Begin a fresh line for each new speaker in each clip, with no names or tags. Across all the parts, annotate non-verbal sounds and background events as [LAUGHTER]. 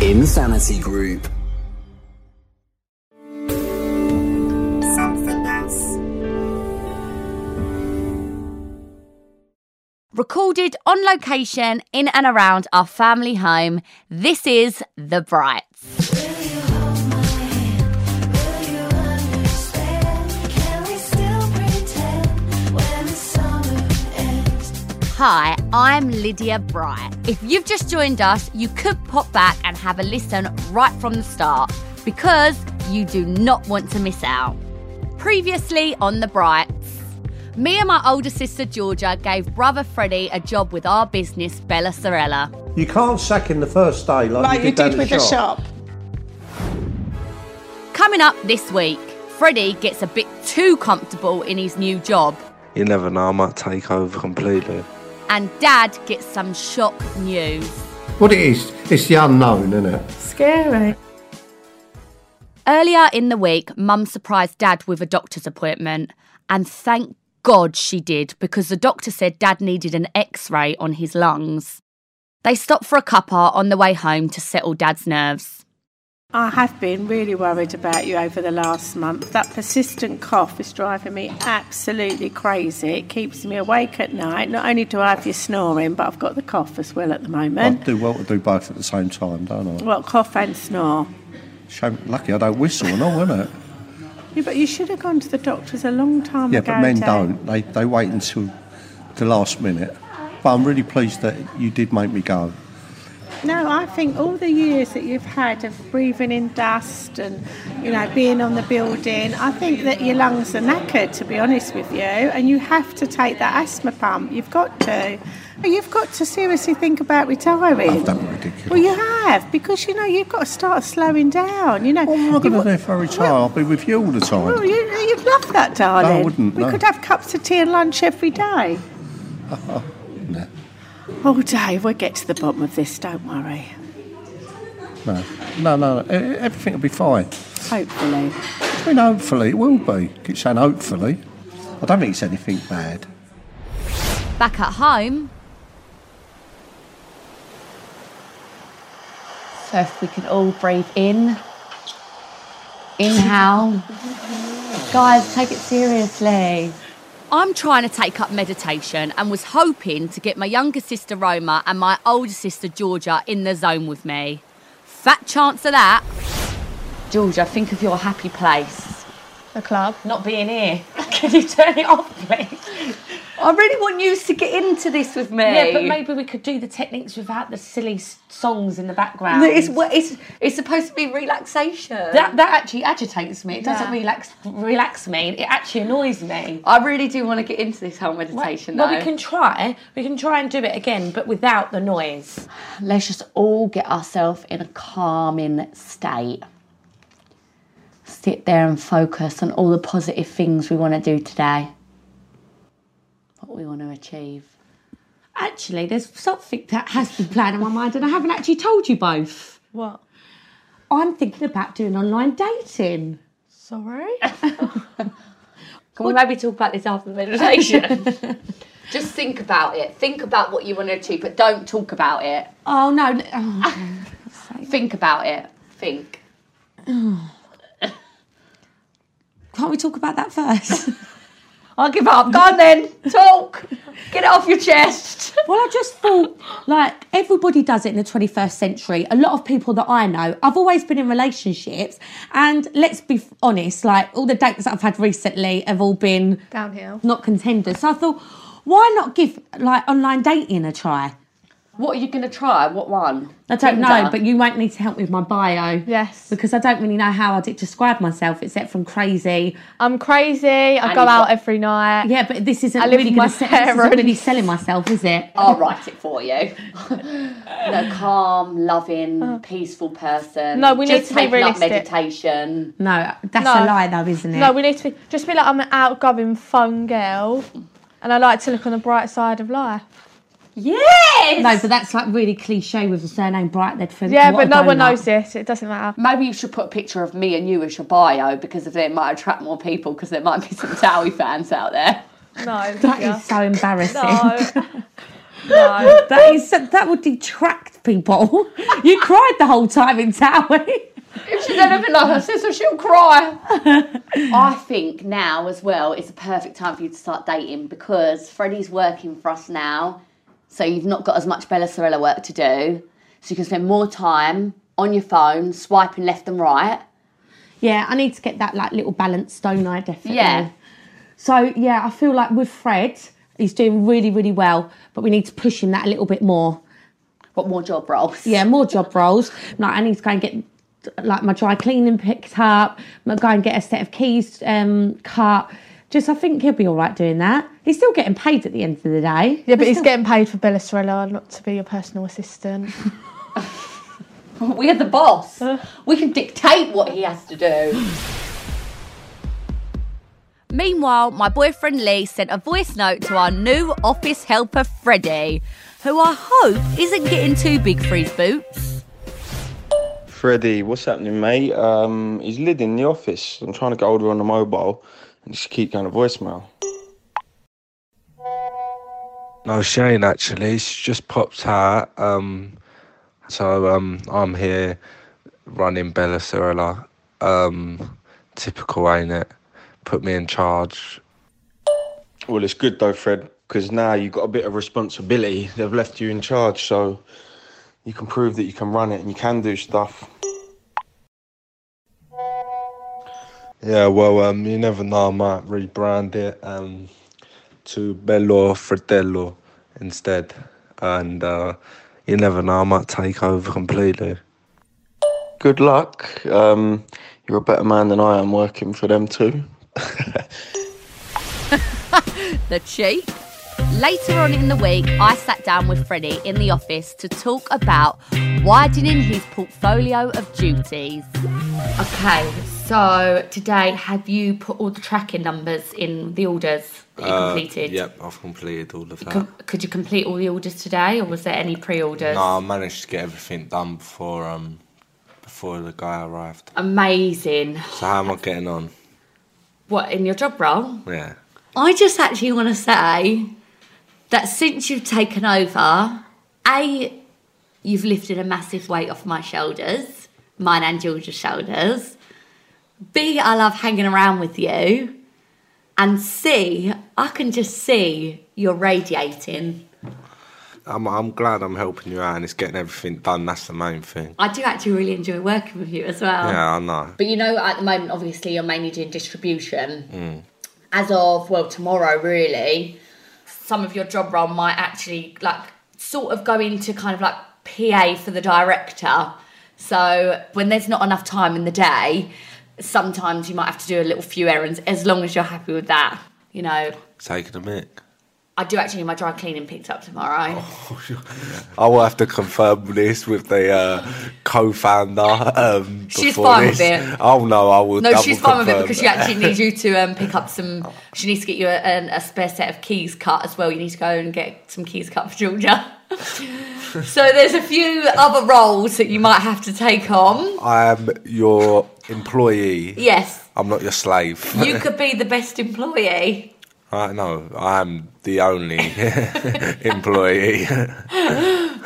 Insanity Group.
Recorded on location in and around our family home, this is The Brights. Hi, I'm Lydia Bright. If you've just joined us, you could pop back and have a listen right from the start because you do not want to miss out. Previously on The Brights, me and my older sister Georgia gave brother Freddie a job with our business, Bella Sorella.
You can't sack in the first day like,
Like you
down
did with the shop.
Coming up this week, Freddie gets a bit too comfortable in his new job,
You never know, I might take over completely.
and Dad gets some shock news.
What it is, it's the unknown, isn't it?
Scary.
Earlier in the week, Mum surprised Dad with a doctor's appointment, and thank God she did because the doctor said Dad needed an x ray on his lungs. They stopped for a cuppa on the way home to settle Dad's nerves.
I have been really worried about you over the last month. That persistent cough is driving me absolutely crazy. It keeps me awake at night. Not only do I have you snoring, but I've got the cough as well at the
I
moment.
do well to do both at the same time, don't I?
Well, cough and snore.
Shame, lucky I don't whistle and all,
[LAUGHS]
isn't it?
Yeah, but you should have gone to the doctors a long time
Yeah,
ago.
but men
Dad.
don't. They, they wait until the last minute. But I'm really pleased that you did make me go.
No, I think all the years that you've had of breathing in dust and you know being on the building, I think that your lungs are knackered. To be honest with you, and you have to take that asthma pump. You've got to. And You've got to seriously think about retiring.
I've done ridiculous.
Well, you have because you know you've got to start slowing down. You know.
What am I
You
going to
wa-
do if I retire? I'll be with you all the time.
Well, you, you'd love that, darling.
wouldn't,
We
no.
could have cups of tea and lunch every day.
No,
Oh, Dave, we'll get to the bottom of this. Don't worry.
no, no, no. no. E- Everything will be fine.
Hopefully.
I mean, hopefully it will be. Keep saying hopefully. I don't think it's anything bad.
Back at home, so if we can all breathe in, inhale. Guys, take it seriously. I'm trying to take up meditation and was hoping to get my younger sister Roma and my older sister Georgia in the zone with me. Fat chance of that. Georgia, think of your happy place.
The club.
Not being here. [LAUGHS] Can you turn it off, please? I really want you to get into this with me.
Yeah, but maybe we could do the techniques without the silly s- songs in the background.
It's it's it's supposed to be relaxation.
that that actually agitates me. It doesn't
Yeah.
relax relax me. It actually annoys me.
I really do want to get into this whole meditation.
well,
though.
we can try. We can try and do it again, but without the noise.
Let's just all get ourselves in a calming state. Sit there and focus on all the positive things we want to do today. What we want to achieve.
Actually, there's something that has been playing in my mind, and I haven't actually told you both.
What?
I'm thinking about doing online dating. [LAUGHS]
Sorry?
Can we maybe talk about this after
[LAUGHS]
the meditation? [LAUGHS] just think about it. Think about what you want to achieve, but don't talk about it.
Oh no! n- oh.
Think about it. Think.
can't we talk about that first?
I'll give up. Go on then. [LAUGHS] Talk. Get it off your chest.
Well, I just thought, like, everybody does it in the 21st century. A lot of people that I know, I've always been in relationships. And let's be f- honest, like, all the dates that I've had recently have all been
Downhill.
not contenders. So I thought, why not give, like, online dating a try?
[LAUGHS] What are you going to try? What one?
I don't know,
Tinder.
but you might need to help me with my bio.
Yes.
Because I don't really know how I'd describe myself, except from crazy.
I'm crazy. I go
you've
out
got-
every night.
Yeah, but this isn't
I live
really
with my
going to sell,
parents.
really selling myself, is it?
I'll write it for [LAUGHS] you. the calm, loving, peaceful person.
No, we need
Just
to be
taking up
realistic.
meditation.
No, that's
No.
a lie, though, isn't it?
No, we need to be, just be like I'm an outgoing, fun girl, and I like to look on the bright side of life.
Yes.
No, but that's like really cliche with the surname Bright. They'd think,
Yeah,
what
but
a
no one
donut.
knows this. It doesn't matter.
Maybe you should put a picture of me and you as your bio because of it might attract more people because there might be some Towie fans out there.
No,
That
yeah.
[LAUGHS] is so embarrassing.
no.
[LAUGHS]
No.
That is that would detract people. [LAUGHS] you cried the whole time
[LAUGHS]
in Towie.
[LAUGHS] If she's anything like her sister, she'll cry. I think now as well is the perfect time for you to start dating because Freddie's working for us now, so you've not got as much Bella Sorella work to do. So you can spend more time on your phone, swiping left and right.
[LAUGHS] Yeah, I need to get that like little balance, don't I? Definitely.
Yeah.
So yeah, I feel like with Fred, he's doing really, really well, but we need to push him that a little bit more.
What more job roles? [LAUGHS]
Yeah, more job roles. Like I need to go and get like my dry cleaning picked up. my- Go and get a set of keys um, cut. Just I think he'll be all right doing that. He's still getting paid at the end of the day.
Yeah, but he's getting paid for Bella Sorella, not to be your personal assistant.
We're the boss. We can dictate what he has to do. Meanwhile, my boyfriend Lee sent a voice note to our new office helper Freddie, who I hope isn't getting too big for his boots.
Freddie, what's happening, mate? Um, he's lid in the office. I'm trying to get older on the mobile and just keep going to voicemail. No, Shane, actually. She just popped out. Um, so um, I'm here running Bella Cirilla. Um, typical, ain't it? Put me in charge. Well, it's good though, Fred, because now you've got a bit of responsibility. They've left you in charge, so you can prove that you can run it and you can do stuff. Yeah, well, um, you never know. I might rebrand it um, to Bello Fratello instead, and uh, you never know. I might take over completely. Good luck. Um, you're a better man than I am working for them too.
The cheek. Later on in the week, I sat down with Freddie in the office to talk about widening his portfolio of duties. Okay, so today, have you put all the tracking numbers in the orders that you completed?
Yep, I've completed all of that.
Com- could you complete all the orders today, or was there any pre-orders?
no, I managed to get everything done before um before the guy arrived.
Amazing.
So how am I getting on?
What in your job role?
Yeah.
I just actually want to say that since you've taken over, A, you've lifted a massive weight off my shoulders, mine and George's shoulders. B, I love hanging around with you. And C, I can just see you're radiating.
I'm I'm glad I'm helping you out and it's getting everything done. That's the main thing.
I do actually really enjoy working with you as well.
Yeah, I know.
But you know, at the moment, obviously, you're mainly doing distribution. As of well, tomorrow, really, some of your job role might actually like sort of go into kind of like PA for the director. So when there's not enough time in the day, sometimes you might have to do a little few errands. As long as you're happy with that, you know.
Taking a mic.
I do actually get my dry cleaning picked up tomorrow.
I will have to confirm this with the uh, co-founder. Um,
She's
before
fine with
this.
it.
Oh no, I will.
No,
double
she's fine with it
confirm.
because she actually needs you to um, pick up some. She needs to get you a, an a spare set of keys cut as well. You need to go and get some keys cut for Georgia. [LAUGHS] so there's a few other roles that you might have to take on.
I am your employee.
Yes,
I'm not your slave. [LAUGHS]
you could be the best employee.
I know. I am the only [LAUGHS] employee. [LAUGHS]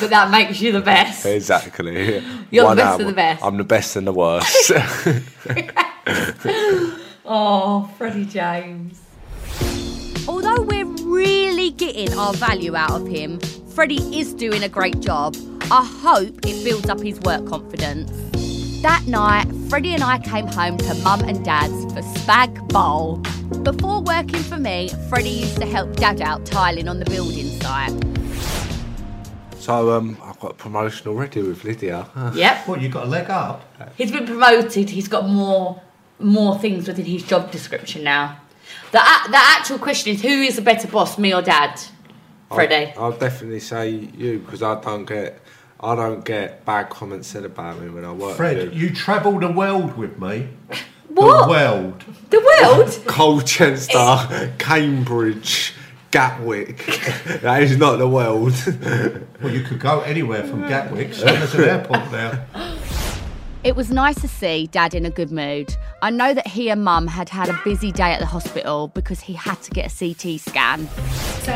But that makes you the best.
exactly.
You're the best of the best.
I'm the best and the worst. [LAUGHS]
Oh, Freddie James. Although we're really getting our value out of him, Freddie is doing a great job. I hope it builds up his work confidence. That night, Freddie and I came home to mum and dad's for Spag Bowl. Before working for me, Freddie used to help dad out tiling on the building site.
so um, I've got a promotion already
[LAUGHS]
with Lydia.
Yep.
What, you got a leg up?
He's been promoted. He's got more more things within his job description now. The, a- the actual question is who is the better boss, me or dad? Freddie.
I'll, I'll definitely say you because I don't get I don't get bad comments said about me when I work.
Fred,
with you.
you travelled the world with me.
What?
The world.
The world?
Colchester, Cambridge, Gatwick. that is not the world.
Well, you could go anywhere from Gatwick. So
[LAUGHS]
there's an airport there.
It was nice to see Dad in a good mood. I know that he and Mum had had a busy day at the hospital because he had to get a CT scan.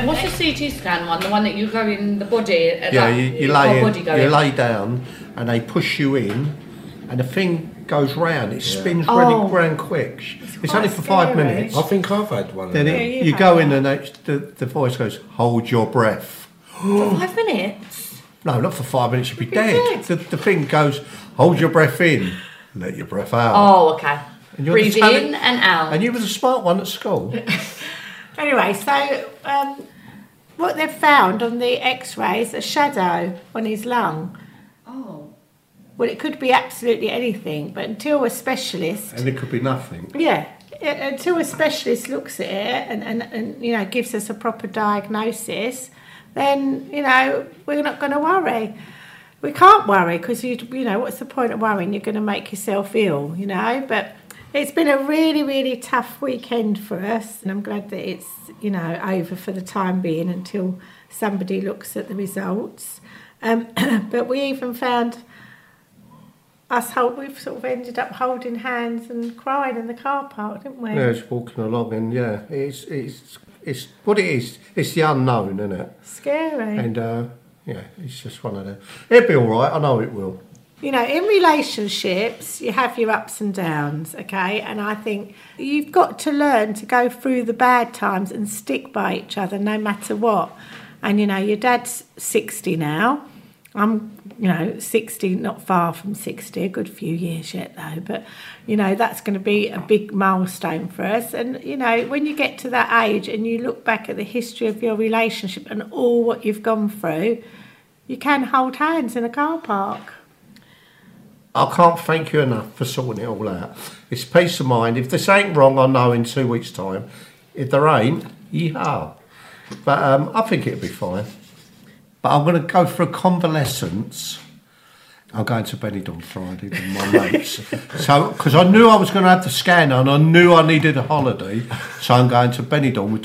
What's the CT scan one? The one that you go in the body? uh,
Yeah,
like,
you, you
your
lay in,
body go
you
in.
lay down, and they push you in, and the thing goes round. It spins
Oh.
really round quick. It's, only for five minutes.
I think I've had one. of
Then
them.
it, you go in, and they, the the voice goes, "Hold your breath."
Five minutes.
No, not for five minutes. You'd be dead. The, the thing goes, "Hold your breath in, let your breath out."
Oh, okay.
And you're the
Breathe
talent-
in and out.
And you were the smart one at school.
Anyway, so um, what they've found on the X-rays, a shadow on his lung. Oh. Well, it could be absolutely anything, but until a specialist,
[LAUGHS] and it could be nothing.
yeah, uh, until a specialist looks at it and, and, and you know gives us a proper diagnosis, then you know we're not going to worry. We can't worry because you you know what's the point of worrying? You're going to make yourself ill, you know. But it's been a really really tough weekend for us, and I'm glad that it's you know over for the time being until somebody looks at the results. Um, [CLEARS THROAT] but we even found us hold, we've sort of ended up holding hands and crying in the car park, didn't we?
Yeah, it's walking along, and yeah, it's it's it's what it is. It's the unknown, isn't it?
Scary.
And uh, yeah, it's just one of the. It'll be all right. I know it will.
you know, in relationships, you have your ups and downs, okay? And I think you've got to learn to go through the bad times and stick by each other no matter what. And, you know, your dad's 60 now. I'm, you know, 60, not far from 60, a good few years yet though. But, you know, that's going to be a big milestone for us. And, you know, when you get to that age and you look back at the history of your relationship and all what you've gone through, you can hold hands in a car park.
I can't thank you enough for sorting it all out. It's peace of mind. If this ain't wrong, I know in two weeks' time. If there ain't, yeehaw. But um, I think it'll be fine. But I'm going to go for a convalescence. I'm going to Benidorm Friday with
[LAUGHS]
my mates. so, because I knew I was going to have the scan and I knew I needed a holiday, so I'm going to Benidorm with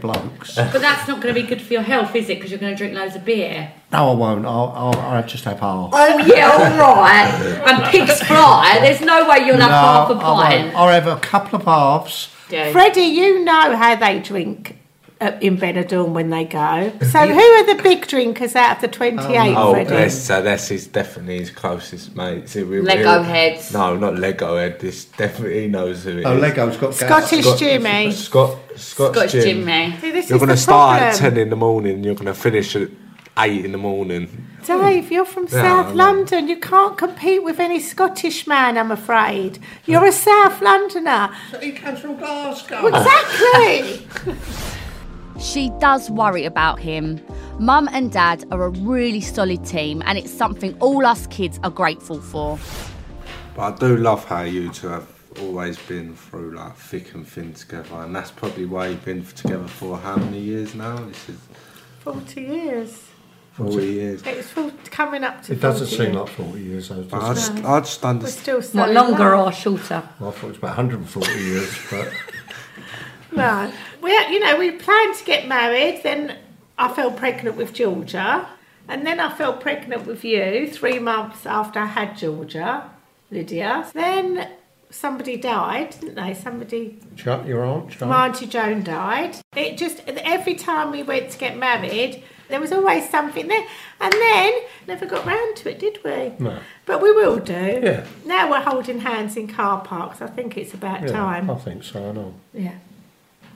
[LAUGHS]
blokes.
But that's not going to be good for your health, is it? Because you're going to drink loads of beer.
No, I won't. I'll, I'll, I'll just have half.
Oh yeah, all right. and pigs fry. There's no Oh. way you'll have half a
I won't.
pint.
I'll have a couple of halves.
Yeah.
Freddie, you know how they drink uh, in Benidorm when
[LAUGHS]
they go. So who are the big drinkers out of the 28,
Oh,
Freddie?
that's, so that's his definitely his closest mate. So we-
Lego
we'll-
heads.
No, not Lego head. This definitely he knows who it is.
Oh, Lego's got gas.
Scottish
Scott-
Jimmy.
Scott, Scott's,
Scotch
Jim.
Jimmy.
See, this
You're going
is
to
the
start at
problem.
10 in the morning and you're going to finish at 8 in the morning.
Dave, you're from
Yeah, um, I
South
know.
London. You can't compete with any Scottish man, I'm afraid. You're a South Londoner.
He comes from Glasgow.
Exactly. [LAUGHS]
She does worry about him. Mum and dad are a really solid team, and it's something all us kids are grateful for.
But I do love how you two have always been through like thick and thin together, and that's probably why you've been together for how many years now? This is
40 years.
40 years.
It was full, coming up to
It doesn't
40
seem
years.
like 40 years. I, was
But I
just,
just, I just
We're
understand.
still so
What,
in
longer
love.
or shorter?
I thought it was about 140 years, but
No. We, you know, we planned to get married, then I fell pregnant with Georgia, and then I fell pregnant with you three months after I had Georgia, Lydia. Then somebody died, didn't they? Somebody,
Chuck, your aunt, Chuck.
my Auntie Joan died. It just, every time we went to get married, there was always something there. And then, never got round to it, did we?
No.
But we will do.
Yeah.
Now we're holding hands in car parks. I think it's about
Yeah,
time.
I think so, I know.
Yeah.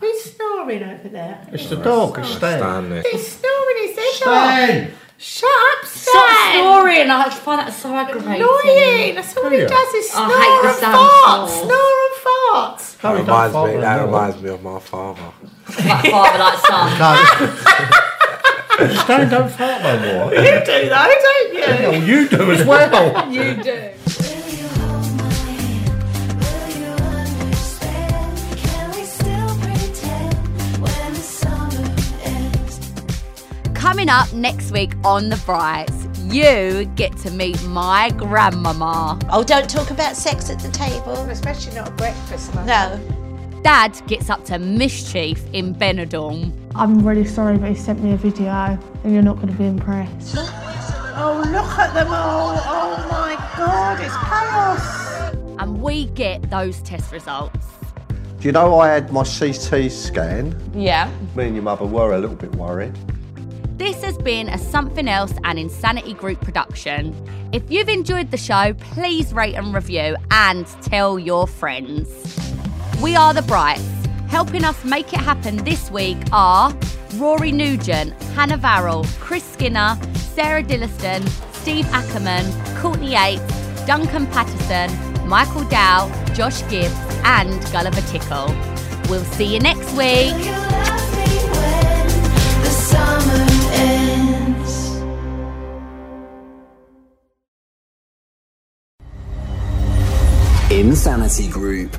Who's snoring over there?
It's the dog, it's Stan.
Stanley.
He's snoring his head off.
Stan!
Shut up, Stan.
Stop snoring. I find that so aggravating.
Annoying. That's all he
Yeah.
does is
I
snore
hate the
and
sound
fart.
snores.
Snore
That
Harry, don't
reminds,
fart
me,
around
that
the
reminds me of my father.
Like father, like son.
door. [LAUGHS] Stan, don't fart no more. [LAUGHS]
and fart. You do though, don't you?
Oh, you do as well.
You do.
Coming up next week on The Brights, you get to meet my grandmama.
Oh, don't talk about sex at the table.
Especially not at breakfast. No.
No.
Dad gets up to mischief in Benidorm.
I'm really sorry, but he sent me a video and you're not going to be impressed.
Oh, look at them all. Oh my God, it's chaos.
And we get those test results.
Do you know I had my CT scan?
Yeah.
Me and your mother were a little bit worried.
This has been a Something Else and Insanity Group production. If you've enjoyed the show, please rate and review and tell your friends. We are the Brights. Helping us make it happen this week are Rory Nugent, Hannah Varrell, Chris Skinner, Sarah Dilliston, Steve Ackerman, Courtney Yates, Duncan Patterson, Michael Dow, Josh Gibbs, and Gulliver Tickle. We'll see you next week.
The summer ends.
Insanity Group.